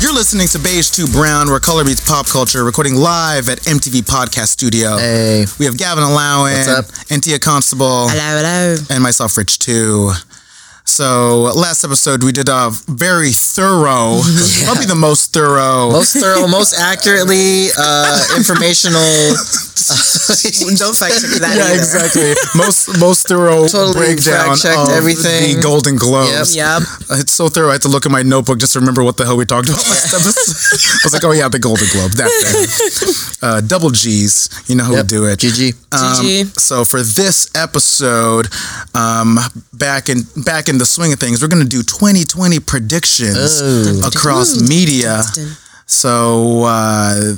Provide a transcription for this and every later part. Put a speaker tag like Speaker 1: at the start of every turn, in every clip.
Speaker 1: You're listening to Beige 2 Brown, where color meets pop culture, recording live at MTV Podcast Studio.
Speaker 2: Hey.
Speaker 1: We have Gavin Allowin,
Speaker 2: What's up?
Speaker 1: Antia Constable,
Speaker 2: Hello, hello.
Speaker 1: and myself, Rich 2. So, last episode, we did a very thorough, probably the most thorough.
Speaker 2: Most thorough, most accurately uh, informational.
Speaker 3: Don't fact check that
Speaker 1: yeah,
Speaker 3: either.
Speaker 1: exactly. Most most thorough
Speaker 2: Totally
Speaker 1: breakdown of
Speaker 2: fact-checked everything.
Speaker 1: the Golden Globes. Uh,
Speaker 3: Yep.
Speaker 1: It's so thorough. I had to look at my notebook just to remember what the hell we talked about last episode. I was like, oh yeah, the Golden Globe. That thing. Uh, double G's. You know how
Speaker 2: Yep.
Speaker 1: we do it.
Speaker 2: GG.
Speaker 1: Um,
Speaker 3: GG.
Speaker 1: So for this episode, um, back in back in the swing of things, we're gonna do 2020 predictions across media. So uh,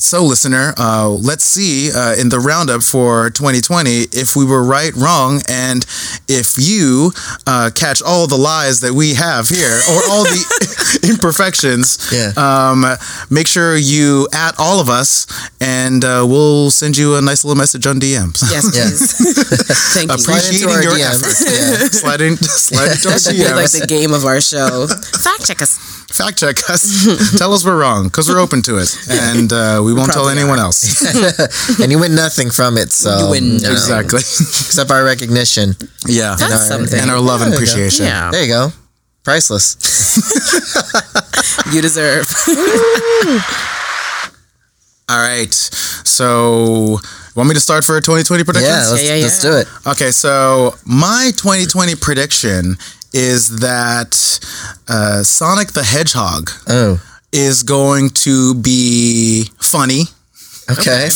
Speaker 1: so listener, uh, let's see uh, in the roundup for 2020 if we were right, wrong, and if you uh, catch all the lies that we have here or all the imperfections.
Speaker 2: Yeah.
Speaker 1: Um, make sure you at all of us, and uh, we'll send you a nice little message on DMs.
Speaker 3: Yes,
Speaker 2: Yeah.
Speaker 3: please. Thank you.
Speaker 2: Slide into
Speaker 1: Appreciating
Speaker 2: our
Speaker 1: your
Speaker 2: DMs.
Speaker 1: efforts.
Speaker 2: Yeah.
Speaker 1: Slide in, slide into our
Speaker 3: That should be like
Speaker 1: DMs.
Speaker 3: the game of our show. Fact check us.
Speaker 1: Fact check us. tell us we're wrong because we're open to it, and uh, we won't tell
Speaker 3: Probably
Speaker 1: anyone else.
Speaker 2: and you win nothing from it, so.
Speaker 3: You win
Speaker 2: know,
Speaker 3: nothing.
Speaker 1: Exactly.
Speaker 2: Except our recognition.
Speaker 1: yeah.
Speaker 3: That's
Speaker 1: And our-
Speaker 3: something.
Speaker 1: And our love and
Speaker 2: There you go.
Speaker 1: appreciation.
Speaker 3: Yeah.
Speaker 2: There you go. Priceless.
Speaker 3: You deserve.
Speaker 1: All right. So, want me to start for 2020 predictions?
Speaker 2: Yeah, let's,
Speaker 3: yeah, yeah.
Speaker 2: let's do it.
Speaker 1: Okay, so my 2020 prediction is that uh, Sonic the Hedgehog
Speaker 2: Oh,
Speaker 1: is going to be funny.
Speaker 2: okay.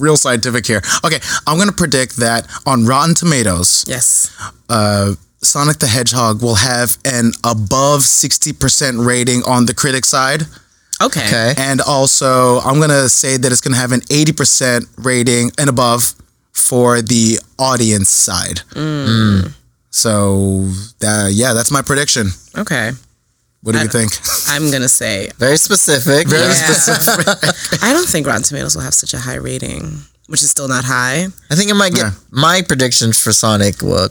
Speaker 1: Real scientific here. Okay, I'm going to predict that on Rotten Tomatoes,
Speaker 3: Yes.
Speaker 1: uh, Sonic the Hedgehog will have an above 60% rating on the critic side.
Speaker 3: Okay.
Speaker 2: Okay.
Speaker 1: And also, I'm going to say that it's going to have an 80% rating and above for the audience side.
Speaker 2: Mm.
Speaker 1: So, uh, yeah, that's my prediction.
Speaker 3: Okay.
Speaker 1: What do
Speaker 3: I
Speaker 1: you think?
Speaker 3: I'm gonna say
Speaker 2: Very specific.
Speaker 3: Yeah. I don't think Rotten Tomatoes will have such a high rating, which is still not high.
Speaker 2: I think it might get
Speaker 1: Yeah.
Speaker 2: my prediction for Sonic will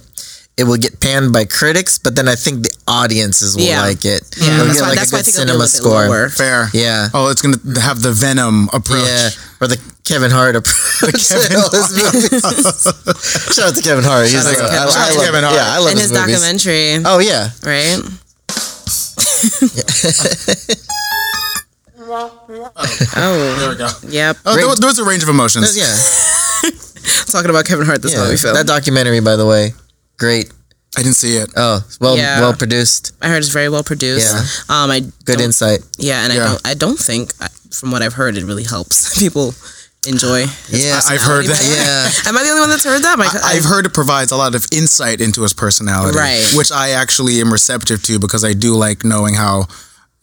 Speaker 2: it will get panned by critics, but then I think the audiences will
Speaker 3: Yeah.
Speaker 2: like it.
Speaker 3: Yeah,
Speaker 2: It'll
Speaker 3: that's
Speaker 2: get
Speaker 3: why,
Speaker 2: like
Speaker 3: that's
Speaker 2: a
Speaker 3: why I
Speaker 2: good
Speaker 3: think it'll be a
Speaker 2: cinema
Speaker 3: little
Speaker 2: score.
Speaker 3: bit lower.
Speaker 1: Fair.
Speaker 2: Yeah.
Speaker 1: Oh, it's going to have the Venom approach.
Speaker 2: Yeah, or the Kevin Hart approach.
Speaker 1: Kevin
Speaker 2: All his movies. Shout out to Kevin Hart. He's
Speaker 3: out
Speaker 2: like,
Speaker 3: to Kevin
Speaker 2: I,
Speaker 3: Hart.
Speaker 2: I love,
Speaker 1: Kevin Hart.
Speaker 2: Yeah, I love
Speaker 3: In
Speaker 2: his,
Speaker 3: his
Speaker 2: movies.
Speaker 3: documentary,
Speaker 2: Oh yeah,
Speaker 3: right?
Speaker 1: There
Speaker 3: Oh,
Speaker 1: we go.
Speaker 3: yep.
Speaker 1: Oh, there, was- there was a range of emotions.
Speaker 2: yeah.
Speaker 3: Talking about Kevin Hart this
Speaker 2: yeah.
Speaker 3: movie film.
Speaker 2: That documentary, by the way, great.
Speaker 1: I didn't see it.
Speaker 2: Oh, well,
Speaker 3: Yeah.
Speaker 2: well produced.
Speaker 3: I heard it's very well produced.
Speaker 2: Yeah.
Speaker 3: Um, I
Speaker 2: Good
Speaker 3: don't-
Speaker 2: insight.
Speaker 3: Yeah, and
Speaker 1: Yeah.
Speaker 3: I don't. I don't think, I- from what I've heard, it really helps people enjoy.
Speaker 2: Yeah,
Speaker 1: I- I've heard that.
Speaker 2: yeah.
Speaker 3: Am I the only one that's heard that? My,
Speaker 1: I've heard it provides a lot of insight into his personality,
Speaker 3: Right.
Speaker 1: which I actually am receptive to because I do like knowing how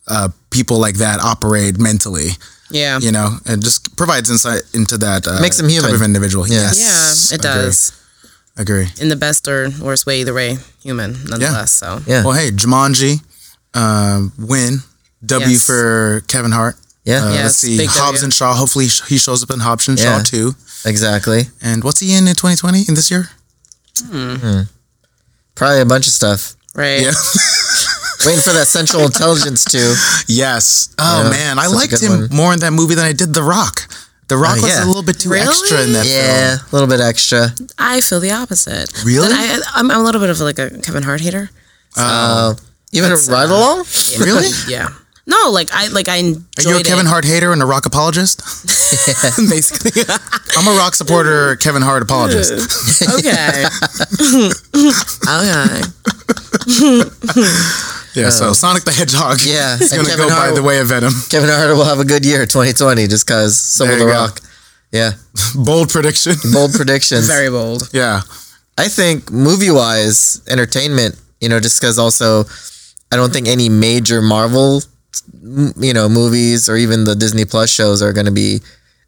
Speaker 1: uh, people like that operate mentally.
Speaker 3: Yeah.
Speaker 1: You know, it just provides insight into that uh,
Speaker 2: Makes them human.
Speaker 1: type of individual.
Speaker 3: Yeah,
Speaker 1: Yes,
Speaker 3: it
Speaker 1: I agree.
Speaker 3: does.
Speaker 1: I agree.
Speaker 3: In the best or worst way, either way, human nonetheless. So
Speaker 2: Yeah.
Speaker 1: Well, hey, Jumanji, uh, win. W
Speaker 3: Yes.
Speaker 1: for Kevin Hart.
Speaker 2: Yeah,
Speaker 1: Uh,
Speaker 3: Yes,
Speaker 1: let's see,
Speaker 3: big
Speaker 1: Hobbs
Speaker 3: W.
Speaker 1: and Shaw. Hopefully, sh- he shows up in Hobbs and
Speaker 2: Yeah.
Speaker 1: Shaw too.
Speaker 2: exactly.
Speaker 1: And what's he in in 2020 in this year?
Speaker 2: Probably a bunch of stuff.
Speaker 3: right.
Speaker 1: Yeah.
Speaker 2: Waiting for that Central Intelligence too.
Speaker 1: Yes. Oh
Speaker 2: Yeah,
Speaker 1: man, I
Speaker 2: such a
Speaker 1: liked
Speaker 2: good
Speaker 1: him
Speaker 2: one. Uh,
Speaker 1: more in that movie than I did The Rock. The Rock was
Speaker 2: yeah.
Speaker 1: a little bit too
Speaker 3: Really?
Speaker 1: extra in that
Speaker 2: Yeah,
Speaker 1: um,
Speaker 2: a little bit extra.
Speaker 3: I feel the opposite.
Speaker 1: Really?
Speaker 3: But I, I'm, I'm a little bit of like a Kevin Hart hater.
Speaker 1: um,
Speaker 2: Uh, even
Speaker 3: That's,
Speaker 2: right
Speaker 3: uh,
Speaker 2: along.
Speaker 3: Yeah.
Speaker 1: Really?
Speaker 3: yeah. No, like I like I enjoyed
Speaker 1: film. Are you a
Speaker 3: it.
Speaker 1: Kevin Hart hater and a Rock apologist? Basically, I'm a Rock supporter, Kevin Hart apologist.
Speaker 3: okay. okay.
Speaker 1: Yeah. So Sonic the Hedgehog.
Speaker 2: Yeah,
Speaker 1: Is
Speaker 2: and
Speaker 1: gonna
Speaker 2: Kevin
Speaker 1: go
Speaker 2: Hart-
Speaker 1: by the way of Venom.
Speaker 2: Kevin Hart will have a good year, 2020, just cause some
Speaker 1: There
Speaker 2: of the
Speaker 1: you go.
Speaker 2: rock. Yeah,
Speaker 1: Bold prediction.
Speaker 2: bold predictions.
Speaker 3: Very bold.
Speaker 1: Yeah.
Speaker 2: I think movie wise, entertainment, you know, just because also I don't think any major Marvel, m- you know, movies or even the Disney Plus shows are going to be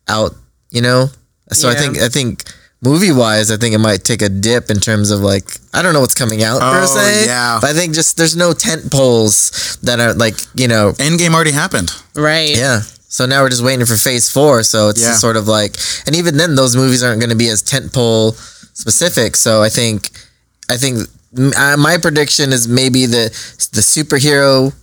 Speaker 2: out, you know? So I
Speaker 3: Yeah.
Speaker 2: think, I think movie wise, I think it might take a dip in terms of like, I don't know what's coming out per
Speaker 1: Oh,
Speaker 2: se.
Speaker 1: yeah.
Speaker 2: But I think just there's no tent poles that are like, you know,
Speaker 1: Endgame already happened.
Speaker 3: Right.
Speaker 2: yeah. So now we're just waiting for phase four. So it's
Speaker 1: Yeah.
Speaker 2: just sort of like, and even then, those movies aren't going to be as tentpole specific. So I think, I think m- uh, my prediction is maybe the the superhero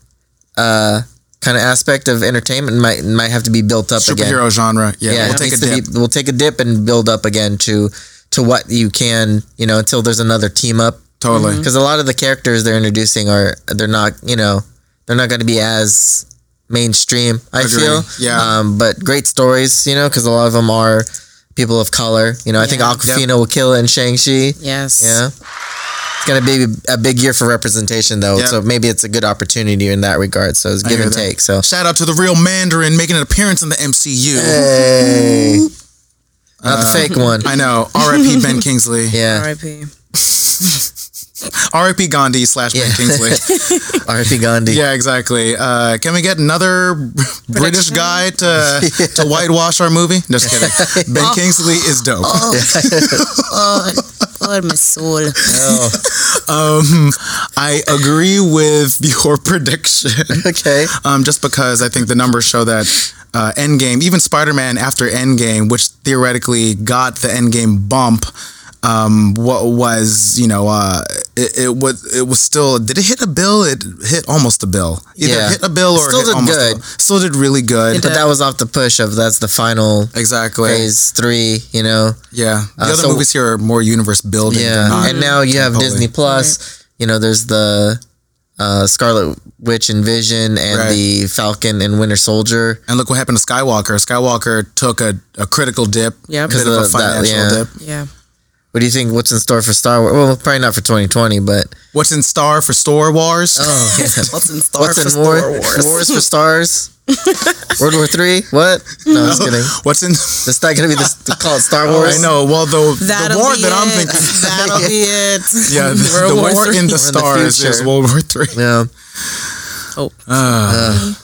Speaker 2: uh, kind of aspect of entertainment might might have to be built up again.
Speaker 1: Superhero genre. Yeah,
Speaker 2: Yeah,
Speaker 1: we'll
Speaker 2: it
Speaker 1: take a
Speaker 2: needs to
Speaker 1: dip.
Speaker 2: be- we'll take a dip and build up again to to what you can, you know, until there's another team up.
Speaker 1: Totally.
Speaker 2: Because Mm-hmm. a lot of the characters they're introducing are they're not, you know, they're not going to be as mainstream. I
Speaker 1: Agree.
Speaker 2: feel.
Speaker 1: Yeah.
Speaker 2: Um, but great stories, you know, because a lot of them are people of color. You know, I think
Speaker 3: Yeah.
Speaker 2: Aquafina will kill it in Shang Chi.
Speaker 3: Yes.
Speaker 2: Yeah. It's gonna be a big year for representation, though.
Speaker 1: Yeah.
Speaker 2: So maybe it's a good opportunity in that regard. So it's give
Speaker 1: hear
Speaker 2: and
Speaker 1: that.
Speaker 2: take. So
Speaker 1: Shout out to the real Mandarin making an appearance in the MCU.
Speaker 2: hey, not
Speaker 1: Uh,
Speaker 2: the fake one.
Speaker 1: I know. R.I.P. Ben Kingsley.
Speaker 2: Yeah,
Speaker 3: R.I.P.
Speaker 1: R.I.P. Gandhi slash Ben
Speaker 2: Yeah.
Speaker 1: Kingsley.
Speaker 2: R.P. Gandhi.
Speaker 1: yeah, exactly. Uh, can we get another British guy to to whitewash our movie? Just kidding. ben Kingsley is dope.
Speaker 3: Oh, God, my soul.
Speaker 2: Oh,
Speaker 1: Um, I agree with your prediction.
Speaker 2: okay.
Speaker 1: um, just because I think the numbers show that uh, Endgame, even Spider Man after Endgame, which theoretically got the Endgame bump, um, what was you know uh, it, it was it was still did it hit a bill? It hit almost a bill. Either
Speaker 2: Yeah.
Speaker 1: hit a bill or
Speaker 2: Still
Speaker 1: hit
Speaker 2: did
Speaker 1: almost a
Speaker 2: good.
Speaker 1: bill. Still did really good.
Speaker 2: But that was off the push of that's the final
Speaker 1: Exactly.
Speaker 2: phase three. You know.
Speaker 1: Yeah. The
Speaker 2: Uh,
Speaker 1: other
Speaker 2: so-
Speaker 1: movies here are more universe building.
Speaker 2: Yeah,
Speaker 1: Yeah. Not,
Speaker 2: and now you have
Speaker 1: Totally.
Speaker 2: Disney Plus. You know, there's the uh, Scarlet Witch and Vision, and
Speaker 1: Right.
Speaker 2: the Falcon and Winter Soldier.
Speaker 1: and look what happened to Skywalker. Skywalker took a, a critical dip.
Speaker 3: Yep.
Speaker 1: Bit of a
Speaker 2: Because of that,
Speaker 1: financial
Speaker 2: yeah.
Speaker 1: dip.
Speaker 3: Yeah.
Speaker 2: What do you think? What's in store for Star Wars? Well, probably not for 2020, but
Speaker 1: What's in Star for Star Wars?
Speaker 2: oh,
Speaker 3: What's in store
Speaker 2: what's
Speaker 3: for
Speaker 2: in
Speaker 3: Star
Speaker 2: war?
Speaker 3: Wars?
Speaker 2: Wars for stars? World War Three? What? No, I'm just kidding.
Speaker 1: What's in Oh,
Speaker 2: It's not gonna be this they call it Star Wars.
Speaker 1: I know. Well, the, the
Speaker 3: That'll
Speaker 1: war
Speaker 3: be
Speaker 1: that I'm
Speaker 3: it.
Speaker 1: thinking,
Speaker 3: That'll be it.
Speaker 1: yeah, the, the war in the stars
Speaker 2: future.
Speaker 1: is World War Three.
Speaker 2: Yeah.
Speaker 3: Oh.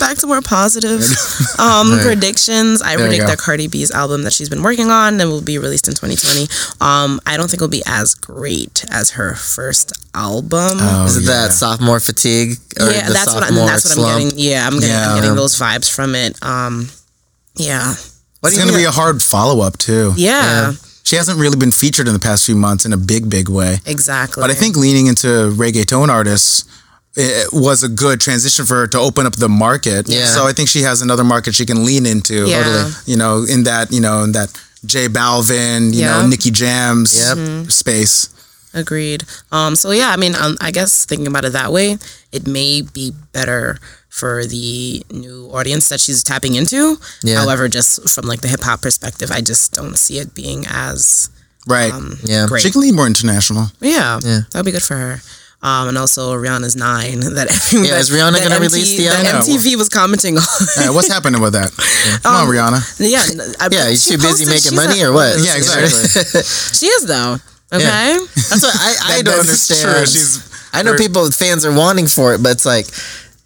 Speaker 3: Back to more positive um, predictions. I
Speaker 1: we
Speaker 3: predict
Speaker 1: go.
Speaker 3: that Cardi B's album that she's been working on and will be released in 2020. Um, I don't think it'll be as great as her first album.
Speaker 2: Is it
Speaker 1: yeah.
Speaker 2: that sophomore fatigue or
Speaker 3: yeah,
Speaker 2: the
Speaker 3: that's what, I,
Speaker 2: sophomore
Speaker 3: that's what I'm
Speaker 2: slump?
Speaker 3: getting. Yeah, I'm getting,
Speaker 1: Yeah.
Speaker 3: I'm getting those vibes from it. Um, yeah.
Speaker 2: What do
Speaker 1: It's
Speaker 2: you
Speaker 1: going to be
Speaker 2: think?
Speaker 1: a hard follow up too.
Speaker 3: yeah,
Speaker 1: She hasn't really been featured in the past few months in a big, big way.
Speaker 3: exactly.
Speaker 1: But I think leaning into reggaeton artists it was a good transition for her to open up the market.
Speaker 2: Yeah.
Speaker 1: So I think she has another market she can lean into.
Speaker 3: Yeah. Totally.
Speaker 1: You know, in that you know in that J Balvin, you
Speaker 3: Yeah.
Speaker 1: know, Nicki Jams
Speaker 2: Yep.
Speaker 1: Mm-hmm. space.
Speaker 3: Agreed. Um, so yeah, I mean, um, I guess thinking about it that way, it may be better for the new audience that she's tapping into.
Speaker 2: Yeah.
Speaker 3: However, just from like the hip hop perspective, I just don't see it being as
Speaker 1: Right.
Speaker 2: yeah.
Speaker 3: great.
Speaker 1: she can lean more international.
Speaker 3: yeah,
Speaker 2: Yeah.
Speaker 3: that'd be good for her. Um, and also Rihanna's nine. That everyone,
Speaker 2: Yeah,
Speaker 3: that,
Speaker 2: is Rihanna
Speaker 3: that
Speaker 2: gonna
Speaker 3: MT
Speaker 2: release the
Speaker 3: that
Speaker 2: album?
Speaker 3: MTV was commenting on.
Speaker 1: Yeah, Uh, what's happening with that? Come
Speaker 2: Um,
Speaker 1: on, Rihanna.
Speaker 3: yeah, I-
Speaker 2: Yeah, is she busy
Speaker 3: posted- she's
Speaker 2: making money
Speaker 3: a-
Speaker 2: or what?
Speaker 1: Yeah, exactly.
Speaker 3: She is though. Okay.
Speaker 2: That's what I, I
Speaker 1: That-
Speaker 2: don't
Speaker 1: that is true.
Speaker 2: understand.
Speaker 1: She's-
Speaker 2: I know people fans are wanting for it, but it's like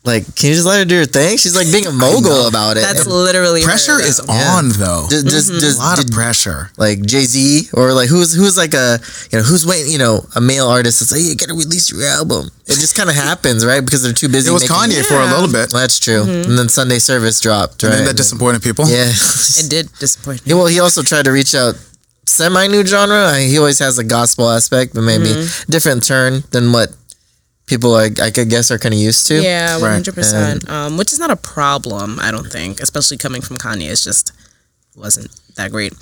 Speaker 2: like can you just let her do her thing? She's like being a mogul about it.
Speaker 3: That's mm-hmm. literally her,
Speaker 1: Pressure
Speaker 3: though.
Speaker 1: is
Speaker 2: Yeah.
Speaker 1: on though.
Speaker 2: Does- does- does-
Speaker 1: a lot of
Speaker 2: did-
Speaker 1: pressure.
Speaker 2: like Jay Z or like who's who's like a you know who's waiting you know a male artist that's like hey, you gotta release your album. It just kind of happens right because they're too busy.
Speaker 1: It was
Speaker 2: making-
Speaker 1: Kanye for a little bit,
Speaker 2: Well, that's true.
Speaker 3: Mm-hmm.
Speaker 2: And then Sunday Service dropped right.
Speaker 1: and that disappointed people.
Speaker 2: yeah.
Speaker 3: It did disappoint me.
Speaker 2: Yeah, well, he also tried to reach out semi new genre. I- He always has a gospel aspect, but maybe
Speaker 3: Mm-hmm.
Speaker 2: different turn than what people are, I could guess are kind of used to.
Speaker 3: Yeah, one hundred percent. Um, which is not a problem, I don't think, especially coming from Kanye. It's just wasn't that great.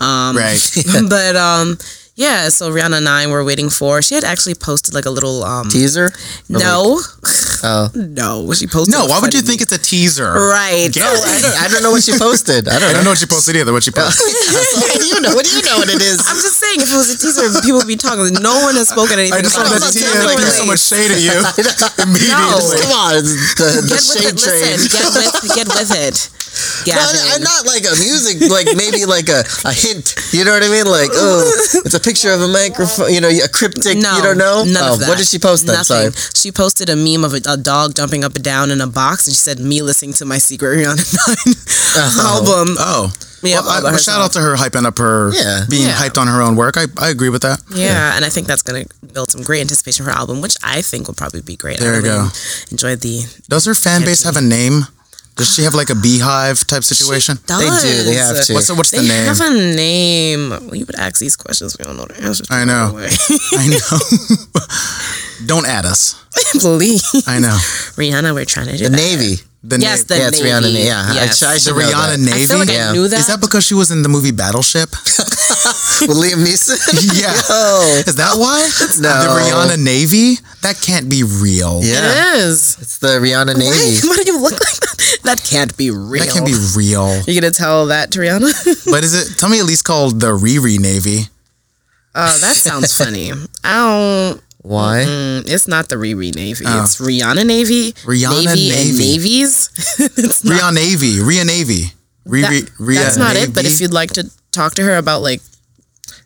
Speaker 3: Um,
Speaker 1: Right.
Speaker 3: but um, yeah. So Rihanna and I were waiting for. She had actually posted like a little um.
Speaker 2: Teaser.
Speaker 3: no,
Speaker 2: Oh.
Speaker 3: no. She posted.
Speaker 1: No,
Speaker 3: a
Speaker 1: why would you think
Speaker 3: funny-
Speaker 1: it's a teaser?
Speaker 3: Right.
Speaker 1: Get it.
Speaker 2: I don't, I don't know what she posted. I
Speaker 1: I
Speaker 2: don't
Speaker 1: don't
Speaker 2: know.
Speaker 1: know what she posted either. What she posted?
Speaker 2: what do you know? What do you know what it is?
Speaker 3: I'm just saying, if it was a teaser, people would be talking. No one has spoken anything.
Speaker 1: I just
Speaker 3: about
Speaker 1: want that
Speaker 3: it.
Speaker 2: not
Speaker 1: tea
Speaker 2: telling
Speaker 1: to
Speaker 2: you.
Speaker 1: do so much shade at you immediately.
Speaker 3: No.
Speaker 2: Come on, it's the, the
Speaker 3: Get with
Speaker 2: shade
Speaker 3: it.
Speaker 2: train.
Speaker 3: Listen, get with, get with it.
Speaker 2: Well, I'm
Speaker 3: Gavin.
Speaker 2: not like a music, like maybe like a, a hint. You know what I mean? Like, oh, it's a picture of a microphone. You know, a cryptic.
Speaker 3: No,
Speaker 2: you don't know.
Speaker 3: None
Speaker 2: oh,
Speaker 3: of that.
Speaker 2: What did she post? Then? Sorry.
Speaker 3: Nothing. She posted a meme of a, a dog jumping up and down in a box, and she said, "Me listening to my secret Rihanna Nine
Speaker 2: Uh-huh.
Speaker 3: album."
Speaker 2: Uh,
Speaker 1: Oh,
Speaker 3: Yeah,
Speaker 1: well, I-
Speaker 3: all by
Speaker 1: well, shout out
Speaker 3: herself.
Speaker 1: to her hyping up her
Speaker 2: Yeah.
Speaker 1: being
Speaker 3: Yeah.
Speaker 1: hyped on her own work. I, I agree with that.
Speaker 3: Yeah, and I think that's going to build some great anticipation for her album, which I think will probably be great.
Speaker 1: There
Speaker 3: I
Speaker 1: you
Speaker 3: really
Speaker 1: go.
Speaker 3: Enjoyed the.
Speaker 1: Does her fan base have a name? Does she have like a beehive type situation?
Speaker 3: Does.
Speaker 2: They do, they have to.
Speaker 1: What's the, what's the
Speaker 3: They
Speaker 1: name?
Speaker 3: have a name. Well, you would ask these questions. We don't know the answers. to,
Speaker 1: I know.
Speaker 3: by the way.
Speaker 1: I know. Don't add us.
Speaker 3: Please.
Speaker 1: I know.
Speaker 3: Rihanna, we're trying to do
Speaker 2: The
Speaker 3: that.
Speaker 2: Navy.
Speaker 1: The
Speaker 3: Yes,
Speaker 1: na-
Speaker 3: the
Speaker 2: Yeah, it's
Speaker 3: Navy.
Speaker 2: Rihanna. Yeah,
Speaker 3: Yes.
Speaker 2: I, I should
Speaker 1: the
Speaker 2: know
Speaker 1: Rihanna
Speaker 2: that.
Speaker 1: Navy.
Speaker 3: I
Speaker 1: Is
Speaker 3: feel like
Speaker 2: Yeah.
Speaker 3: I knew that.
Speaker 1: that because she was in the movie Battleship?
Speaker 2: With Liam Neeson. Oh,
Speaker 1: yeah. Is that why?
Speaker 2: No.
Speaker 1: The Rihanna Navy? That can't be real.
Speaker 2: Yeah,
Speaker 3: It is.
Speaker 2: it's the Rihanna Navy.
Speaker 3: Why do you look like that? That can't be real.
Speaker 1: That can't be real.
Speaker 3: You're gonna tell that to Rihanna?
Speaker 1: But is it? Tell me at least called the Riri Navy.
Speaker 3: uh, that sounds funny. I don't.
Speaker 2: Why?
Speaker 3: Mm, it's not the Riri Navy. It's Rihanna Navy.
Speaker 1: Oh. Rihanna
Speaker 3: Navy
Speaker 1: Navy.
Speaker 3: and navies. it's not,
Speaker 1: Ria Navy. Ria Navy. Riri.
Speaker 3: that,
Speaker 1: Ria
Speaker 3: that's not
Speaker 1: Navy.
Speaker 3: it. But if you'd like to talk to her about like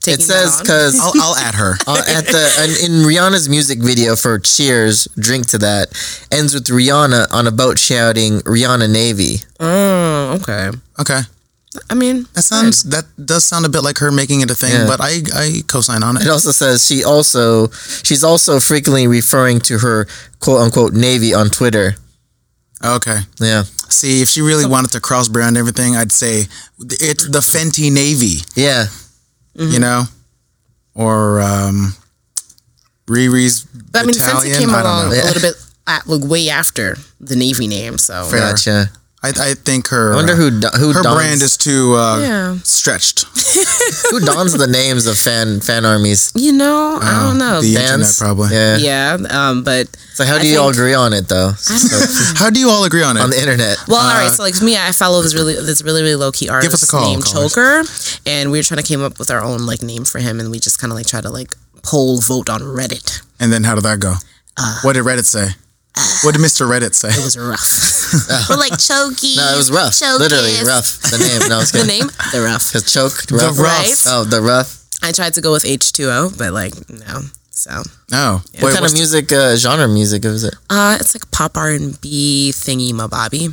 Speaker 3: taking
Speaker 2: It says
Speaker 3: that on,
Speaker 2: because
Speaker 1: I'll, I'll add her.
Speaker 3: Oh.
Speaker 2: uh, at the in, in Rihanna's music video for Cheers, drink to that ends with Rihanna on a boat shouting Rihanna Navy.
Speaker 3: oh, okay.
Speaker 1: Okay.
Speaker 3: I mean,
Speaker 1: That sounds. That does sound a bit like her making it a thing.
Speaker 2: Yeah.
Speaker 1: But I I co-sign on it.
Speaker 2: It also says she also she's also frequently referring to her quote unquote Navy on Twitter.
Speaker 1: Okay.
Speaker 2: Yeah,
Speaker 1: See, if she really wanted to cross brand everything, I'd say it's the Fenty Navy.
Speaker 2: yeah.
Speaker 3: Mm-hmm.
Speaker 1: You know, or um, Riri's.
Speaker 3: but I mean,
Speaker 1: Italian?
Speaker 3: Fenty came
Speaker 1: I don't
Speaker 3: along a
Speaker 1: know.
Speaker 3: little bit at, like, way after the Navy name. So
Speaker 1: Fair.
Speaker 2: Gotcha.
Speaker 1: I, I think her.
Speaker 2: I wonder who do- who
Speaker 1: her
Speaker 2: dons,
Speaker 1: brand is too uh,
Speaker 3: Yeah.
Speaker 1: stretched.
Speaker 2: who dons the names of fan fan armies.
Speaker 3: you know, I don't know.
Speaker 1: Oh, The internet,
Speaker 2: Fans?
Speaker 1: probably.
Speaker 2: Yeah.
Speaker 3: yeah, um, but
Speaker 2: So how do
Speaker 3: I
Speaker 2: you all
Speaker 3: think-
Speaker 2: agree on it though? So,
Speaker 1: How do you all agree on it?
Speaker 2: on the internet.
Speaker 3: Well, all right. So like me, I follow this really this really really low key artist
Speaker 1: us a call,
Speaker 3: named
Speaker 1: callers.
Speaker 3: Choker, and we were trying to came up with our own like name for him, and we just kind of like try to like poll vote on Reddit.
Speaker 1: and then how did that go?
Speaker 3: Uh,
Speaker 1: what did Reddit say? what did Mr. Reddit say?
Speaker 3: It was rough. we're like Chokey.
Speaker 2: No, Uh, it was rough. Literally rough. The name. No, I was
Speaker 3: The
Speaker 2: kidding.
Speaker 3: name, the rough.
Speaker 2: Cause choke.
Speaker 1: The
Speaker 2: Rough.
Speaker 1: Ruffs.
Speaker 3: Right?
Speaker 2: Oh, the rough.
Speaker 3: I tried to go with H two O, but like no. So
Speaker 1: Oh,
Speaker 2: What
Speaker 1: wait,
Speaker 2: kind of
Speaker 1: what's-
Speaker 2: music uh, genre music is it?
Speaker 3: uh, it's like pop R and B thingy, my Bobby.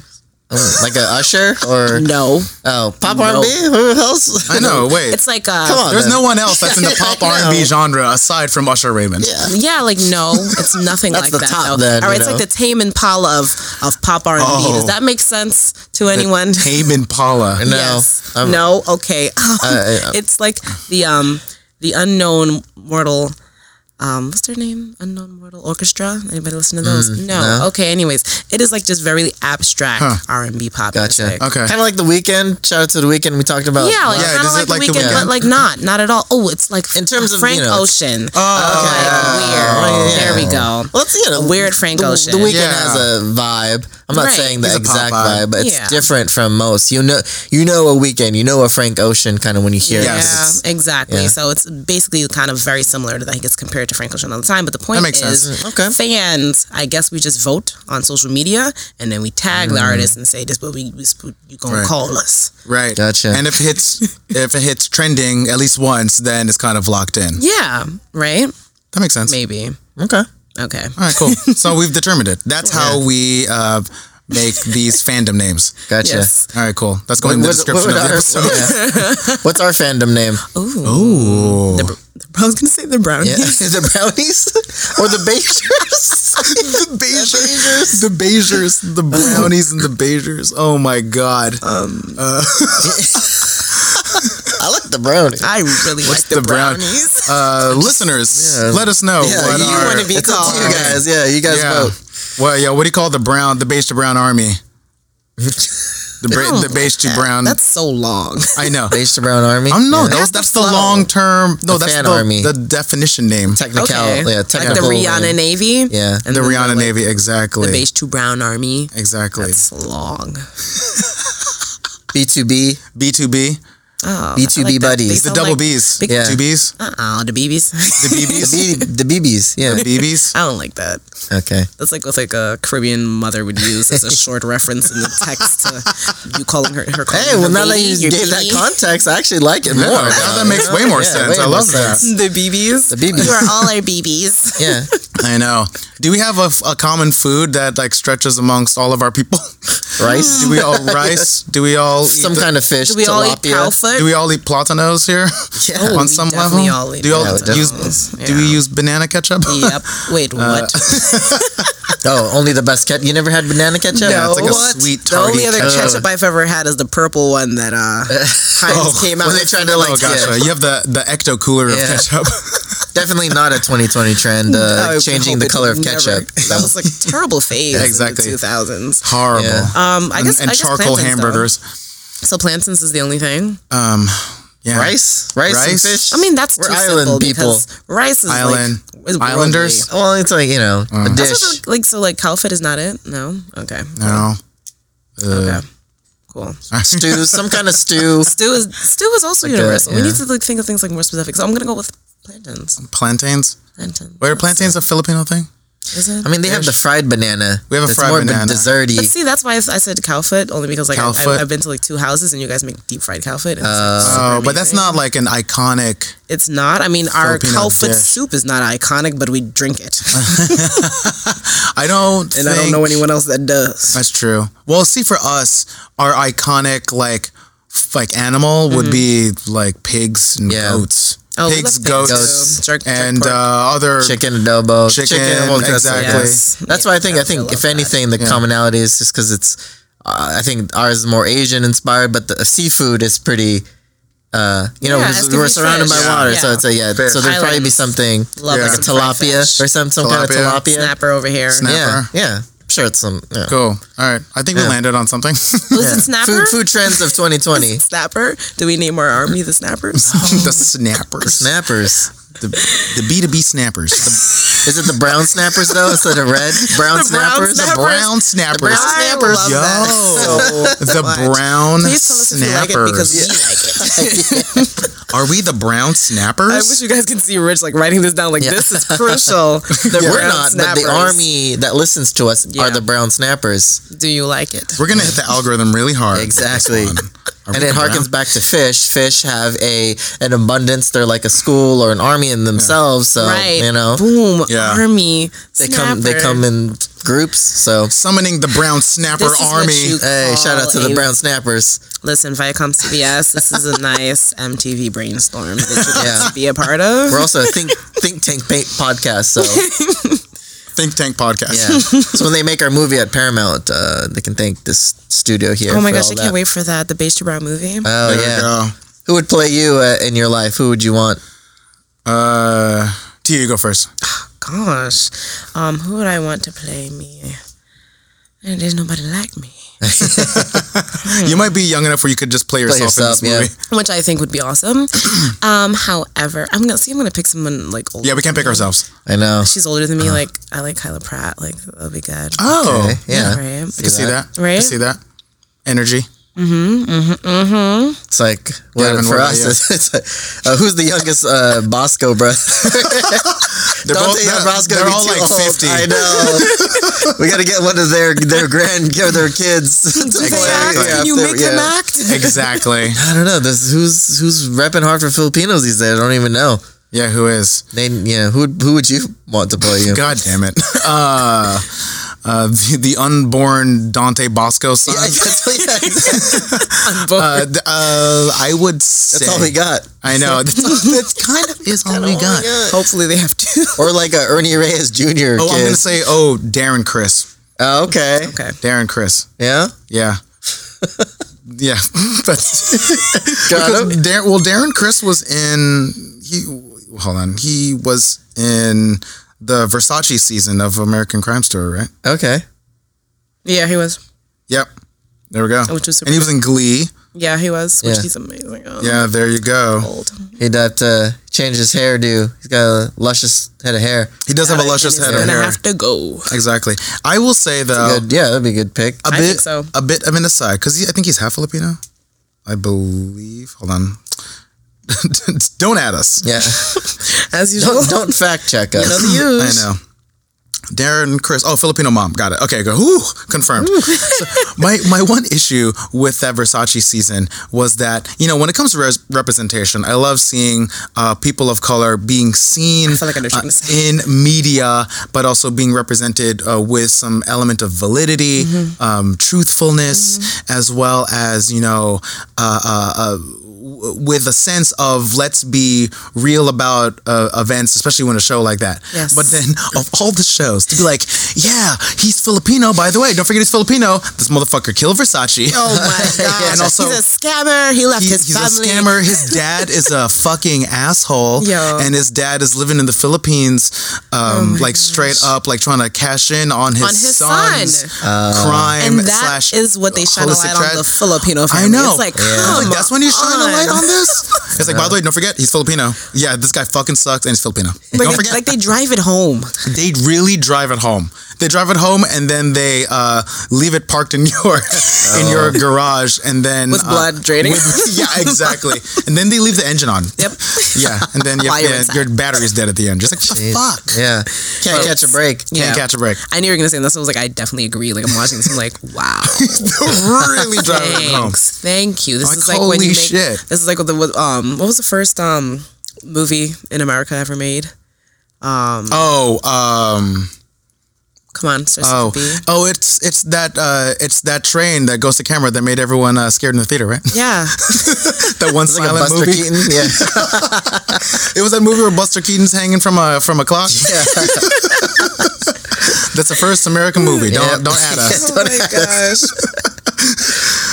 Speaker 2: Oh, like a Usher or
Speaker 3: No,
Speaker 2: oh pop
Speaker 3: No.
Speaker 2: R&B? Who else?
Speaker 1: I know. Wait,
Speaker 3: it's like uh,
Speaker 2: Come on.
Speaker 1: there's no one else that's in the pop
Speaker 2: No.
Speaker 1: R and B genre aside from Usher Raymond.
Speaker 3: Yeah, like no, it's nothing
Speaker 2: That's
Speaker 3: like
Speaker 2: the
Speaker 3: that.
Speaker 2: top
Speaker 3: though.
Speaker 2: then,
Speaker 3: All right,
Speaker 2: you
Speaker 3: it's
Speaker 2: know?
Speaker 3: like the Tame Impala of of pop R and B.
Speaker 1: Oh.
Speaker 3: Does that make sense to anyone?
Speaker 1: Tame Impala.
Speaker 2: No. Uh,
Speaker 3: Yes.
Speaker 2: I'm-
Speaker 3: no. Okay.
Speaker 2: I- I-
Speaker 3: it's like the um the unknown mortal. Um, what's their name? Unknown Mortal Orchestra. Anybody listen to those? no.
Speaker 2: Mm, no.
Speaker 3: Okay. Anyways, it is like just very abstract
Speaker 1: Huh.
Speaker 3: R and B pop.
Speaker 2: Gotcha.
Speaker 3: music.
Speaker 1: Okay.
Speaker 2: Kind of like the weekend. Shout out to the weekend we talked about.
Speaker 3: Yeah, like
Speaker 1: Yeah,
Speaker 3: kind
Speaker 1: does
Speaker 3: of
Speaker 1: it
Speaker 3: like,
Speaker 1: like The
Speaker 3: the weekend,
Speaker 1: Weeknd?
Speaker 3: but like not, not at all. Oh, it's like
Speaker 2: In terms of, you
Speaker 3: Frank
Speaker 2: know, it's- Oh,
Speaker 3: Ocean.
Speaker 1: Oh,
Speaker 3: Like, weird. There we go.
Speaker 2: Let's you know, Oh,
Speaker 3: Weird Frank
Speaker 2: the,
Speaker 3: Ocean.
Speaker 2: The
Speaker 1: Yeah.
Speaker 2: weekend has a vibe. I'm not
Speaker 3: Right.
Speaker 2: saying the
Speaker 1: He's a pop
Speaker 2: exact
Speaker 1: vibe.
Speaker 2: vibe, but it's
Speaker 3: Yeah.
Speaker 2: different from most. You know, you know a weekend. You know a Frank Ocean kind of when you hear
Speaker 1: Yes.
Speaker 2: it.
Speaker 3: Yeah, exactly.
Speaker 2: yeah.
Speaker 3: So it's basically kind of very similar to that. He gets compared to Frank Ocean all the time. But the point
Speaker 1: That makes sense.
Speaker 3: is,
Speaker 2: Okay.
Speaker 3: fans, I guess we just vote on social media and then we tag the artist and say, this what we, this what you going
Speaker 1: Mm. Right.
Speaker 3: to call us.
Speaker 1: Right.
Speaker 2: Gotcha.
Speaker 1: And if it hits if it hits trending at least once, then it's kind of locked in.
Speaker 3: Yeah, right?
Speaker 1: That makes sense.
Speaker 3: Maybe.
Speaker 2: Okay.
Speaker 3: Okay.
Speaker 1: All right, cool. so we've determined it. That's how we uh, make these fandom names.
Speaker 2: Gotcha.
Speaker 3: Yes.
Speaker 1: All right, cool. That's going in the
Speaker 2: What-
Speaker 1: description
Speaker 2: what
Speaker 1: of the
Speaker 2: would
Speaker 1: episode.
Speaker 2: our- yeah. What's our fandom name?
Speaker 1: Ooh.
Speaker 3: The, br- I was going to say the brownies.
Speaker 2: Yeah. the brownies or the Beigers?
Speaker 1: the Beigers. The Beigers. The brownies and the Beigers. Oh my god.
Speaker 2: I like the brownies.
Speaker 3: I really like the,
Speaker 1: the brown-
Speaker 3: brownies.
Speaker 1: Uh, listeners,
Speaker 2: Yeah.
Speaker 1: let us know.
Speaker 2: Yeah,
Speaker 1: what
Speaker 2: you
Speaker 1: our-
Speaker 2: want to be
Speaker 3: It's up
Speaker 2: called.
Speaker 3: to
Speaker 2: You
Speaker 3: you
Speaker 2: guys, yeah, you guys
Speaker 1: yeah.
Speaker 2: vote.
Speaker 1: Well, yeah, what do you call the brown the beige to brown army? The bra- the beige to brown.
Speaker 3: Oh, That's so long.
Speaker 1: I know.
Speaker 2: Beige to Brown Army.
Speaker 1: Um, no,
Speaker 2: Yeah.
Speaker 1: those,
Speaker 3: That's
Speaker 1: that's
Speaker 3: the
Speaker 1: the
Speaker 3: flow.
Speaker 1: long term. No, that's
Speaker 2: fan
Speaker 1: the,
Speaker 2: army.
Speaker 1: the definition name.
Speaker 2: technical.
Speaker 3: Okay.
Speaker 2: Yeah,
Speaker 3: Like
Speaker 2: technical.
Speaker 3: the Rihanna
Speaker 2: name.
Speaker 3: Navy.
Speaker 2: Yeah.
Speaker 1: the
Speaker 3: then
Speaker 1: Rihanna
Speaker 3: like,
Speaker 1: Navy, exactly.
Speaker 3: The beige to brown army.
Speaker 1: exactly.
Speaker 3: It's long.
Speaker 2: B2B.
Speaker 1: B2B.
Speaker 3: Oh,
Speaker 2: B2B
Speaker 3: I that.
Speaker 2: buddies.
Speaker 1: The
Speaker 2: The
Speaker 3: They sound
Speaker 1: double
Speaker 3: like-
Speaker 1: Bs.
Speaker 3: big-
Speaker 2: Yeah.
Speaker 1: Two Bs.
Speaker 3: Uh-uh, the BBs.
Speaker 1: The BBs.
Speaker 2: The, B- the BBs. Yeah.
Speaker 1: BBs.
Speaker 3: I don't like that.
Speaker 2: Okay.
Speaker 3: That's like what like a Caribbean mother would use as a short reference in the text to you calling her her. Calling
Speaker 2: Hey,
Speaker 3: her
Speaker 2: well, now that
Speaker 3: baby,
Speaker 2: you
Speaker 3: your
Speaker 2: gave that
Speaker 3: baby.
Speaker 2: context, I actually like it more.
Speaker 1: Yeah, now that makes way more
Speaker 2: Yeah,
Speaker 1: sense.
Speaker 2: way
Speaker 1: I
Speaker 2: more
Speaker 1: love
Speaker 2: sense.
Speaker 1: that.
Speaker 3: the BBs.
Speaker 2: The BBs.
Speaker 3: You are all our BBs.
Speaker 2: Yeah.
Speaker 1: I know. Do we have a, a common food that like stretches amongst all of our people?
Speaker 2: Rice.
Speaker 1: Do we all rice? Do we all eat
Speaker 2: Some
Speaker 1: the-
Speaker 2: kind of fish.
Speaker 3: Do we all eat
Speaker 2: tilapia.
Speaker 3: cow foot? Oh,
Speaker 1: Do we all eat platanos here?
Speaker 2: Yeah.
Speaker 1: On
Speaker 3: we
Speaker 1: some
Speaker 3: definitely
Speaker 1: level,
Speaker 3: all eat
Speaker 1: do you all
Speaker 2: platanos.
Speaker 1: use?
Speaker 3: Yeah.
Speaker 1: Do Uh, we use banana ketchup?
Speaker 3: yep. Wait, what?
Speaker 2: Oh, only the best ketchup. You never had banana ketchup?
Speaker 1: Yeah, it's like a
Speaker 3: What?
Speaker 1: sweet
Speaker 3: the
Speaker 1: tarty
Speaker 3: only other
Speaker 1: ketchup.
Speaker 3: ketchup I've ever had is the purple one that uh Heinz came out.
Speaker 2: when they
Speaker 3: with.
Speaker 2: tried to like
Speaker 1: Oh gosh,
Speaker 2: yeah.
Speaker 1: uh, you have the the ecto cooler of
Speaker 2: Yeah.
Speaker 1: ketchup.
Speaker 2: Definitely not a 2020 trend. Uh,
Speaker 3: I
Speaker 2: changing the
Speaker 3: hope
Speaker 2: color of
Speaker 3: it never-
Speaker 2: ketchup.
Speaker 3: That was like a terrible phase.
Speaker 1: Exactly.
Speaker 3: In the 2000s.
Speaker 1: Horrible.
Speaker 2: Yeah.
Speaker 3: Um,
Speaker 1: And,
Speaker 3: I guess
Speaker 1: and
Speaker 3: I guess
Speaker 1: charcoal
Speaker 3: plantains, though.
Speaker 1: hamburgers.
Speaker 3: So plantains is the only thing.
Speaker 1: Um, yeah.
Speaker 2: Rice, rice, and
Speaker 1: Rice?
Speaker 2: fish.
Speaker 3: I mean, that's
Speaker 2: We're
Speaker 3: too
Speaker 2: island
Speaker 3: simple
Speaker 2: people.
Speaker 3: because rice is
Speaker 1: Island.
Speaker 3: like is worldly.
Speaker 1: Islanders?
Speaker 2: well, it's like you know a
Speaker 3: That's
Speaker 2: dish.
Speaker 3: just, like so, like Calfit is not it. No. Okay.
Speaker 1: No. Oh.
Speaker 3: Okay. Cool.
Speaker 2: stew, some kind of stew.
Speaker 3: Stew is stew is also universal.
Speaker 2: yeah.
Speaker 3: We need to like think of things like more specific. So I'm gonna go with plantains.
Speaker 1: Plantains.
Speaker 3: Plantains.
Speaker 1: Wait, are plantains a Filipino thing?
Speaker 3: Is it?
Speaker 2: I mean, they have the fried banana.
Speaker 1: We have a
Speaker 2: that's
Speaker 1: fried
Speaker 2: more
Speaker 1: banana.
Speaker 2: desserty.
Speaker 3: But see, that's why I s- I said cow foot only because like I,
Speaker 1: Cow foot?
Speaker 3: I, I've been to like two houses and you guys make deep fried cow foot. And it's, like, super
Speaker 1: Oh, but that's
Speaker 3: amazing.
Speaker 1: not like an iconic.
Speaker 3: It's not. I mean, our
Speaker 1: Filipino
Speaker 3: cow foot
Speaker 1: dish.
Speaker 3: soup is not iconic, but we drink it,
Speaker 1: I don't.
Speaker 3: and I don't
Speaker 1: think-
Speaker 3: know anyone else that does.
Speaker 1: That's true. Well, see, for us, our iconic like f- like animal would be like pigs and
Speaker 2: Yeah.
Speaker 1: goats.
Speaker 3: Mm-hmm. Oh, we
Speaker 1: pigs,
Speaker 3: love pigs,
Speaker 1: goats,
Speaker 3: too. Jerk- jerk
Speaker 1: and
Speaker 3: pork.
Speaker 1: uh, other
Speaker 2: chicken adobo,
Speaker 1: Chicken,
Speaker 2: that's-
Speaker 1: exactly.
Speaker 3: Yes.
Speaker 2: That's why I think I
Speaker 3: Yeah,
Speaker 2: think
Speaker 3: love
Speaker 2: if
Speaker 3: that.
Speaker 2: anything, the commonality is just because it's. Uh, I think ours is more Asian inspired, but the uh, seafood is pretty. Uh, you know,
Speaker 3: Yeah,
Speaker 2: because
Speaker 3: it's 'cause
Speaker 2: we're
Speaker 3: we
Speaker 2: surrounded by
Speaker 3: fish.
Speaker 2: water,
Speaker 3: Yeah.
Speaker 2: so it's a yeah. So there'd probably be
Speaker 3: Islands.
Speaker 2: something
Speaker 3: Love
Speaker 1: Yeah.
Speaker 3: us
Speaker 2: like a
Speaker 3: some fried
Speaker 2: tilapia
Speaker 3: fish.
Speaker 2: or some some kind of
Speaker 1: Tilapia.
Speaker 2: tilapia.
Speaker 3: Snapper over here.
Speaker 2: Yeah,
Speaker 1: Snapper.
Speaker 2: yeah. I'm sure it's some yeah.
Speaker 1: Cool. All right. I think we landed on something.
Speaker 3: Was it snapper?
Speaker 2: food food trends of 2020.
Speaker 3: Snapper? Do we name our army the snappers?
Speaker 1: the snappers.
Speaker 2: snappers.
Speaker 1: the the B two B snappers. The
Speaker 2: Is it the brown snappers though instead of red? Brown
Speaker 3: The brown
Speaker 2: snappers.
Speaker 3: snap-
Speaker 1: brown snappers.
Speaker 3: I
Speaker 2: snappers.
Speaker 3: love
Speaker 1: Yo,
Speaker 3: that.
Speaker 2: Oh,
Speaker 1: the brown
Speaker 3: Please tell us if you like
Speaker 1: snappers.
Speaker 3: it because we like it.
Speaker 1: Are we the brown snappers?
Speaker 3: I wish you guys could see Rich like writing this down. Like this is crucial. The
Speaker 2: We're
Speaker 3: brown
Speaker 2: not, but
Speaker 3: snappers.
Speaker 2: the army that listens to us
Speaker 3: Yeah.
Speaker 2: are the brown snappers.
Speaker 3: Do you like it?
Speaker 1: We're gonna hit the algorithm really hard.
Speaker 2: Exactly.
Speaker 1: Are we
Speaker 2: and it
Speaker 1: the brown-
Speaker 2: harkens back to fish. Fish have a an abundance. They're like a school or an army in themselves. So
Speaker 3: right.
Speaker 2: you know
Speaker 3: Boom.
Speaker 1: Yeah.
Speaker 3: Army.
Speaker 2: they come they
Speaker 3: snapper.
Speaker 2: come in groups. So
Speaker 1: summoning the brown snapper
Speaker 3: This is what
Speaker 1: army.
Speaker 3: you
Speaker 2: hey, shout
Speaker 3: call
Speaker 2: out to the
Speaker 3: a-
Speaker 2: brown snappers.
Speaker 3: Listen, Viacom CBS, this is a nice MTV brainstorm that you
Speaker 2: Yeah.
Speaker 3: get to be a part of.
Speaker 2: We're also a think think tank paint podcast. So
Speaker 1: Think Tank podcast.
Speaker 2: yeah. so when they make our movie at Paramount, uh, they can thank this studio here.
Speaker 3: oh my
Speaker 2: for
Speaker 3: gosh,
Speaker 2: all
Speaker 3: I can't
Speaker 2: that.
Speaker 3: wait for that. The Beige to Brown movie.
Speaker 2: Oh
Speaker 1: There
Speaker 2: yeah.
Speaker 1: we go.
Speaker 2: Who would play you uh, in your life? Who would you want?
Speaker 1: Uh, Tia, you go first.
Speaker 3: gosh, um, who would I want to play me? And there's nobody like me, Hmm.
Speaker 1: You might be young enough where you could just play yourself,
Speaker 2: yourself,
Speaker 1: in this
Speaker 2: yeah.
Speaker 1: movie.
Speaker 3: which I think would be awesome. um, however, I'm gonna see. I'm gonna pick someone like older.
Speaker 1: Yeah, we can't pick ourselves.
Speaker 2: I know.
Speaker 3: She's older than me. like I like Kyla Pratt. Like that'll be good.
Speaker 1: Oh,
Speaker 2: Okay, Yeah.
Speaker 3: Right.
Speaker 1: I can see that. I can
Speaker 3: Right?
Speaker 1: see that. Energy.
Speaker 2: It's like what,
Speaker 1: Gavin,
Speaker 2: for
Speaker 1: what about
Speaker 2: us.
Speaker 1: you?
Speaker 2: It's, it's like, uh, who's the youngest uh, Bosco, bro?
Speaker 1: They're
Speaker 2: Don't
Speaker 1: both-
Speaker 2: think
Speaker 1: they're-
Speaker 2: Bosco.
Speaker 1: they're
Speaker 2: be
Speaker 1: all
Speaker 2: too
Speaker 1: like
Speaker 2: old.
Speaker 1: 50.
Speaker 2: I know. we got to get one of their their grand or their kids. to
Speaker 3: They
Speaker 2: play.
Speaker 3: act?
Speaker 1: Exactly.
Speaker 3: Can you
Speaker 2: Yeah.
Speaker 3: make them act?
Speaker 1: Exactly.
Speaker 2: I don't know. This who's who's repping hard for Filipinos these days. I don't even know.
Speaker 1: Yeah, who is?
Speaker 2: They, you know, who who would you want to play you?
Speaker 1: God damn it. Uh, uh, the, the unborn Dante Bosco son.
Speaker 2: Yeah, that's, yeah, that's
Speaker 1: Uh, th- uh, I would say.
Speaker 2: all we got.
Speaker 1: I know. That's, that kind of is all we got.
Speaker 3: Hopefully they have two.
Speaker 2: Or like a Ernie Reyes Jr.
Speaker 1: Oh, I'm
Speaker 2: kid.
Speaker 1: gonna say, oh, Darren Chris,
Speaker 2: oh, okay.
Speaker 3: Okay.
Speaker 1: Darren Chris,
Speaker 2: Yeah.
Speaker 1: yeah, yeah. That's
Speaker 2: Got him.
Speaker 1: because Dar- well, Darren Chris was in he. Hold on, he was in the Versace season of American Crime Story, right?
Speaker 2: Okay.
Speaker 3: Yeah, he was.
Speaker 1: Yep. There we go.
Speaker 3: Which was super
Speaker 1: and he was in Glee.
Speaker 3: Yeah, he was. Which
Speaker 2: Yeah.
Speaker 3: he's amazing. Oh,
Speaker 1: Yeah, there you go.
Speaker 3: Old.
Speaker 2: He'd have to change his hairdo. He's got a luscious head of hair.
Speaker 1: He does have a luscious
Speaker 3: He's
Speaker 1: head of
Speaker 3: gonna
Speaker 1: hair.
Speaker 3: have to go.
Speaker 1: Exactly. I will say though,
Speaker 2: Good. Yeah, that'd be a good pick.
Speaker 1: Oh. a
Speaker 3: I
Speaker 1: bit,
Speaker 3: think so.
Speaker 1: a bit of an aside because I think he's half Filipino. I believe. Hold on. Don't add us.
Speaker 2: Yeah.
Speaker 3: As usual.
Speaker 2: Don't, don't fact check us.
Speaker 3: Another huge.
Speaker 1: I know. Darren, Chris, oh Filipino mom, got it. Okay, go. Ooh, confirmed. So, my my one issue with that Versace season was that you know when it comes to res- representation, I love seeing uh, people of color being seen uh,
Speaker 3: feel like I know what you're gonna say.
Speaker 1: in media, but also being represented uh, with some element of validity,
Speaker 3: Mm-hmm.
Speaker 1: um, truthfulness, as well as you know uh, uh, uh, with a sense of let's be real about uh, events, especially when a show like that.
Speaker 3: Yes.
Speaker 1: But then of all the shows to be like, yeah, he's Filipino. By the way, don't forget he's Filipino. This motherfucker killed Versace.
Speaker 3: Oh my god!
Speaker 1: And also-
Speaker 3: he's a scammer. He left
Speaker 1: He-
Speaker 3: his
Speaker 1: he's
Speaker 3: family.
Speaker 1: a scammer. His dad is a fucking asshole,
Speaker 3: Yo. Oh
Speaker 1: and his dad is living in the Philippines, um, like straight up, like trying to cash in on his,
Speaker 3: On his son.
Speaker 1: son's uh, crime
Speaker 3: And that
Speaker 1: slash
Speaker 3: is what they shine a
Speaker 1: holistic
Speaker 3: light on
Speaker 1: tra-
Speaker 3: the Filipino family.
Speaker 1: I know.
Speaker 3: It's like,
Speaker 1: I was
Speaker 3: come
Speaker 1: like, that's when you shine a light on this. It's like, by the way, don't forget, he's Filipino. Yeah, this guy fucking sucks, and he's Filipino.
Speaker 3: Like,
Speaker 1: don't
Speaker 3: they-
Speaker 1: forget,
Speaker 3: like they drive it home.
Speaker 1: they really drive it home. They drive it home, and then they uh, leave it parked in your in your garage, and then
Speaker 3: Oh. With
Speaker 1: uh,
Speaker 3: blood draining.
Speaker 1: yeah, exactly. And then they leave the engine on.
Speaker 3: Yep.
Speaker 1: Yeah, and then yeah,
Speaker 3: Fire
Speaker 1: yeah,
Speaker 3: inside.
Speaker 1: your battery's dead at the end. Just like what the fuck.
Speaker 2: Yeah. Can't
Speaker 3: Well,
Speaker 2: catch a break.
Speaker 1: Can't
Speaker 3: Yeah.
Speaker 1: catch a break.
Speaker 3: I knew you were gonna say this. I was like, I definitely agree. Like I'm watching this. I'm like, wow.
Speaker 1: really driving it home.
Speaker 3: Thanks. Thank you. This
Speaker 1: Like,
Speaker 3: is like when
Speaker 1: holy
Speaker 3: you make,
Speaker 1: shit.
Speaker 3: This is like what the what, um what was the first um movie in America ever made?
Speaker 1: Oh, um,
Speaker 3: Come on, starts with
Speaker 1: oh,
Speaker 3: a B.
Speaker 1: oh! It's it's that uh, it's that train that goes to camera that made everyone uh, scared in the theater, right?
Speaker 3: Yeah.
Speaker 1: that one
Speaker 2: Like a
Speaker 1: silent
Speaker 2: Buster
Speaker 1: movie.
Speaker 2: Keaton. Yeah.
Speaker 1: It was that movie where Buster Keaton's hanging from a from a clock. That's the first American movie. Don't
Speaker 2: Yep.
Speaker 1: don't add us.
Speaker 3: oh my gosh.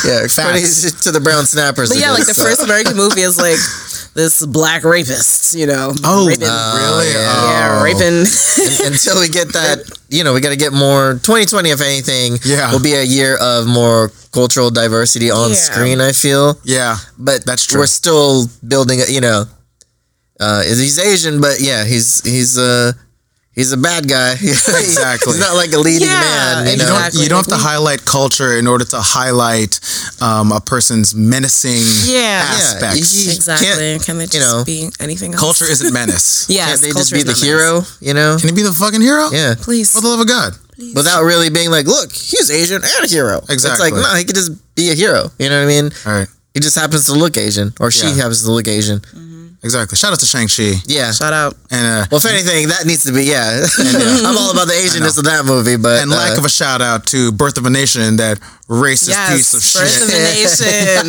Speaker 2: Yeah. Pretty to the brown snappers.
Speaker 3: But
Speaker 2: it
Speaker 3: yeah, like
Speaker 2: is.
Speaker 3: the first American movie is like this black rapist, you know.
Speaker 1: Oh,
Speaker 3: raping,
Speaker 1: really?
Speaker 2: yeah.
Speaker 1: Oh.
Speaker 3: yeah, raping.
Speaker 2: until we get that, you know, we got to get more. 2020, if anything,
Speaker 1: Yeah.
Speaker 2: will be a year of more cultural diversity on
Speaker 3: Yeah.
Speaker 2: screen. I feel,
Speaker 1: Yeah.
Speaker 2: but
Speaker 1: That's true.
Speaker 2: We're still building. You know, uh, is he's Asian, but yeah, he's he's uh, he's a bad guy.
Speaker 1: Exactly.
Speaker 2: he's not like a leading
Speaker 3: Yeah,
Speaker 2: man. You
Speaker 1: You
Speaker 2: know,
Speaker 1: don't,
Speaker 3: Exactly.
Speaker 1: you don't have
Speaker 3: Like
Speaker 1: to highlight culture in order to highlight um, a person's menacing
Speaker 3: Yeah.
Speaker 2: Yeah.
Speaker 1: aspects.
Speaker 2: you
Speaker 3: Exactly.
Speaker 2: can't-
Speaker 3: Can they just
Speaker 2: know,
Speaker 3: be anything else?
Speaker 1: Culture isn't menace.
Speaker 3: Yes.
Speaker 2: can't they just
Speaker 3: culture
Speaker 2: be
Speaker 3: is
Speaker 2: the
Speaker 3: not
Speaker 2: hero?
Speaker 3: nice.
Speaker 2: You know,
Speaker 1: Can he be the fucking hero?
Speaker 2: yeah.
Speaker 3: Please.
Speaker 1: For the love of God.
Speaker 2: Without really being like, look, he's Asian and a hero. It's
Speaker 1: Exactly.
Speaker 2: like, no, he could just be a hero. You know what I mean?
Speaker 1: All right.
Speaker 2: He just happens to look Asian, or she
Speaker 1: Yeah.
Speaker 2: happens to look Asian.
Speaker 3: Mm-hmm.
Speaker 1: Exactly. Shout out to Shang-Chi.
Speaker 2: Yeah.
Speaker 3: Shout out.
Speaker 1: And, uh,
Speaker 2: Well, if anything, that needs to be yeah. I'm all about the Asianness of that movie, but
Speaker 1: and lack of
Speaker 2: uh,
Speaker 1: a shout out to Birth of a Nation, that racist
Speaker 3: Yes.
Speaker 1: piece of
Speaker 3: Birth
Speaker 1: shit.
Speaker 3: of a Nation.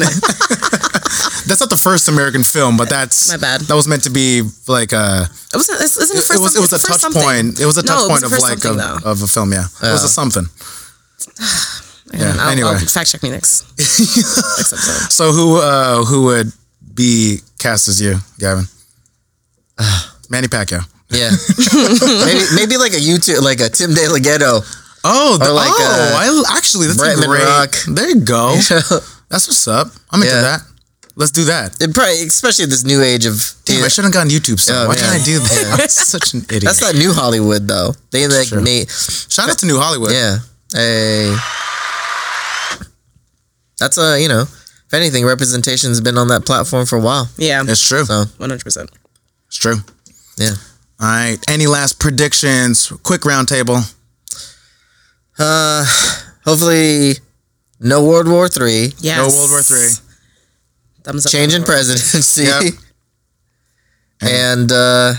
Speaker 1: That's not the first American film, but that's
Speaker 3: My bad.
Speaker 1: That was meant to be like a.
Speaker 3: It was not isn't it
Speaker 1: It,
Speaker 3: for
Speaker 1: was it
Speaker 3: something?
Speaker 1: was a
Speaker 3: for
Speaker 1: touch
Speaker 3: something.
Speaker 1: point. It was a
Speaker 3: No,
Speaker 1: touch
Speaker 3: it
Speaker 1: point
Speaker 3: was
Speaker 1: of
Speaker 3: for
Speaker 1: like
Speaker 3: something,
Speaker 1: a,
Speaker 3: though.
Speaker 1: of a film. Yeah, it was a something.
Speaker 3: Yeah, I'll,
Speaker 1: anyway.
Speaker 3: I'll fact check me next. next episode.
Speaker 1: So who uh, who would be cast as you, Gavin? Manny Pacquiao.
Speaker 2: yeah, maybe maybe like a YouTube, like a Tim DeLeghetto.
Speaker 1: Oh, the,
Speaker 2: like,
Speaker 1: oh! I actually that's a
Speaker 2: Bretman
Speaker 1: great.
Speaker 2: Rock.
Speaker 1: There you go. That's what's up. I'm into
Speaker 2: Yeah.
Speaker 1: that. Let's do that.
Speaker 2: It probably, especially this new age of
Speaker 1: Damn, I should have gotten YouTube. So
Speaker 2: Oh,
Speaker 1: why didn't
Speaker 2: man.
Speaker 1: I do that? I'm such an idiot.
Speaker 2: that's not new Hollywood though. They like
Speaker 1: true.
Speaker 2: made
Speaker 1: Shout out to New Hollywood.
Speaker 2: yeah. Hey, that's a you know, if anything, representation's been on that platform for a while.
Speaker 3: Yeah,
Speaker 1: It's true.
Speaker 2: So
Speaker 3: one hundred percent.
Speaker 1: It's true.
Speaker 2: yeah.
Speaker 1: All right. Any last predictions? Quick roundtable.
Speaker 2: Uh, hopefully, no World War Three.
Speaker 3: Yes.
Speaker 1: No World War Three.
Speaker 3: Thumbs up.
Speaker 2: change in
Speaker 3: World War
Speaker 2: presidency,
Speaker 1: Yep.
Speaker 2: and uh,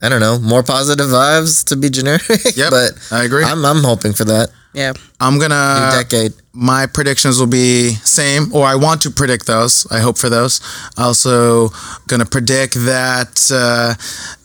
Speaker 2: I don't know, more positive vibes to be generic.
Speaker 1: Yep.
Speaker 2: but
Speaker 1: I agree. Uh, I'm,
Speaker 2: I'm I'm hoping for that
Speaker 3: III. Yeah.
Speaker 1: gonna
Speaker 2: new decade.
Speaker 1: my predictions will be same or i want to predict those i hope for those also gonna predict that uh,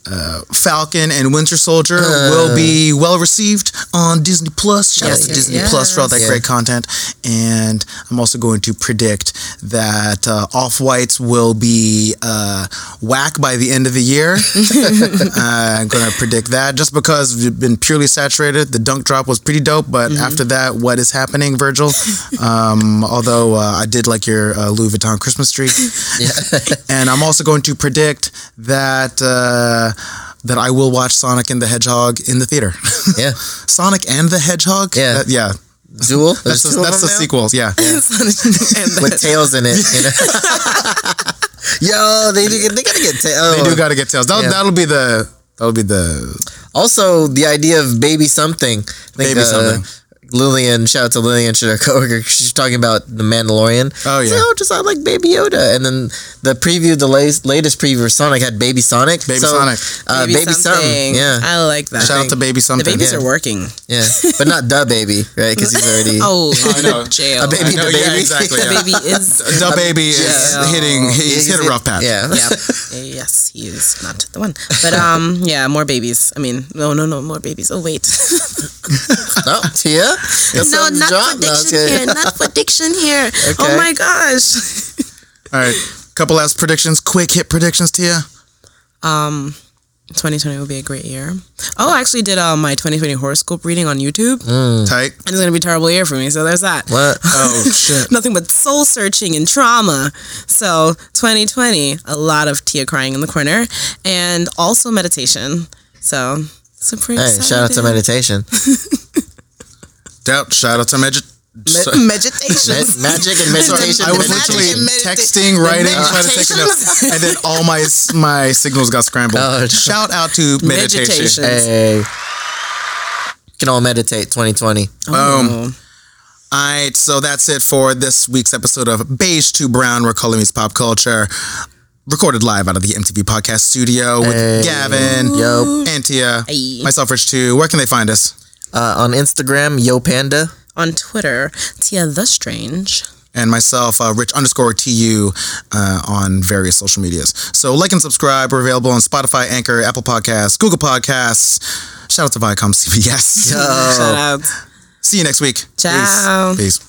Speaker 1: uh, falcon and winter soldier will be well received on disney plus shout out
Speaker 3: Yes,
Speaker 1: to
Speaker 3: yes,
Speaker 1: disney plus for all that
Speaker 2: yes.
Speaker 1: great content and i'm also going to predict that uh, off-whites will be uh, whack by the end of the year uh, I'm gonna predict that just because we've been purely saturated. The dunk drop was pretty dope, but after that, what is happening, Virgil? um, although uh, I did like your uh, Louis Vuitton Christmas tree, and I'm also going to predict that uh, that I will watch Sonic and the Hedgehog in the theater.
Speaker 2: Yeah,
Speaker 1: Sonic and the Hedgehog.
Speaker 2: Yeah.
Speaker 1: That- yeah.
Speaker 2: duel.
Speaker 1: That's the, that's the sequels. Yeah.
Speaker 3: and
Speaker 2: with tails in it. You know? Yo, they do- they gotta get oh. tails.
Speaker 1: They do got to get tails. That'll,
Speaker 2: Yeah.
Speaker 1: that'll be the that'll be the
Speaker 2: also, the idea of baby something. I think, uh,
Speaker 1: Baby something.
Speaker 2: Lillian, shout out to Lillian, she's our coworker. She's talking about the Mandalorian.
Speaker 1: Oh,
Speaker 2: She's
Speaker 1: yeah.
Speaker 2: like, oh, just I like Baby Yoda. And then the preview, the latest, latest preview of Sonic had Baby Sonic.
Speaker 1: Baby
Speaker 2: So,
Speaker 1: Sonic.
Speaker 2: Uh, baby, something. Yeah,
Speaker 3: I like that.
Speaker 1: Shout out to Baby
Speaker 3: the
Speaker 1: something.
Speaker 3: babies
Speaker 1: yeah.
Speaker 3: are working.
Speaker 2: yeah, but not the baby, right? Because he's already.
Speaker 3: Oh,
Speaker 1: I know.
Speaker 2: A
Speaker 3: jail.
Speaker 1: I
Speaker 2: baby
Speaker 1: know,
Speaker 2: to
Speaker 1: yeah,
Speaker 2: baby.
Speaker 1: exactly.
Speaker 3: The
Speaker 1: Yeah.
Speaker 3: baby is.
Speaker 1: The baby is
Speaker 3: Yeah.
Speaker 1: hitting. He's hit a rough patch.
Speaker 2: Yeah.
Speaker 3: yeah. Yes, he is not the one. But um, yeah, more babies. I mean, no, no, no, more babies. Oh wait,
Speaker 2: Oh, Tia? Got
Speaker 3: no,
Speaker 2: something
Speaker 3: not for
Speaker 2: dropped? No,
Speaker 3: diction
Speaker 2: it's
Speaker 3: here.
Speaker 2: good.
Speaker 3: Not for diction here.
Speaker 2: Okay.
Speaker 3: Oh my gosh.
Speaker 1: All right. Couple last predictions. Quick hit predictions, Tia.
Speaker 3: Um, 2020 will be a great year. Oh, I actually did uh, my 2020 horoscope reading on YouTube,
Speaker 1: Tight.
Speaker 3: and it's gonna be a terrible year for me. So there's that.
Speaker 2: What?
Speaker 1: Oh shit.
Speaker 3: nothing but soul searching and trauma. So 2020, a lot of Tia crying in the corner, and also meditation. So super.
Speaker 2: Hey, shout out to meditation.
Speaker 1: Doubt. Shout out to Magic.
Speaker 3: meditation.
Speaker 2: Ma- magic and meditation.
Speaker 1: I was
Speaker 2: and
Speaker 1: literally
Speaker 2: meditation.
Speaker 1: texting, writing, trying to take notes, and then all my my signals got scrambled.
Speaker 2: Oh,
Speaker 1: Shout out to meditation.
Speaker 3: Meditation.
Speaker 2: Hey. Can all meditate 2020.
Speaker 1: Boom. All right, so that's it for this week's episode of Beige to Brown, where color meets pop culture. Recorded live out of the MTV podcast studio with
Speaker 2: Hey.
Speaker 1: Gavin,
Speaker 2: Yo.
Speaker 1: Antia,
Speaker 3: Hey.
Speaker 1: myself, Rich Two. Where can they find us?
Speaker 2: Uh, on Instagram, Yo Panda.
Speaker 3: On Twitter, Tia the Strange.
Speaker 1: And myself, uh, Rich underscore TU, uh, on various social medias. So like and subscribe. We're available on Spotify, Anchor, Apple Podcasts, Google Podcasts. Shout out to Viacom CBS.
Speaker 2: Oh.
Speaker 3: Shout out.
Speaker 1: See you next week.
Speaker 3: Ciao.
Speaker 1: Peace. Peace.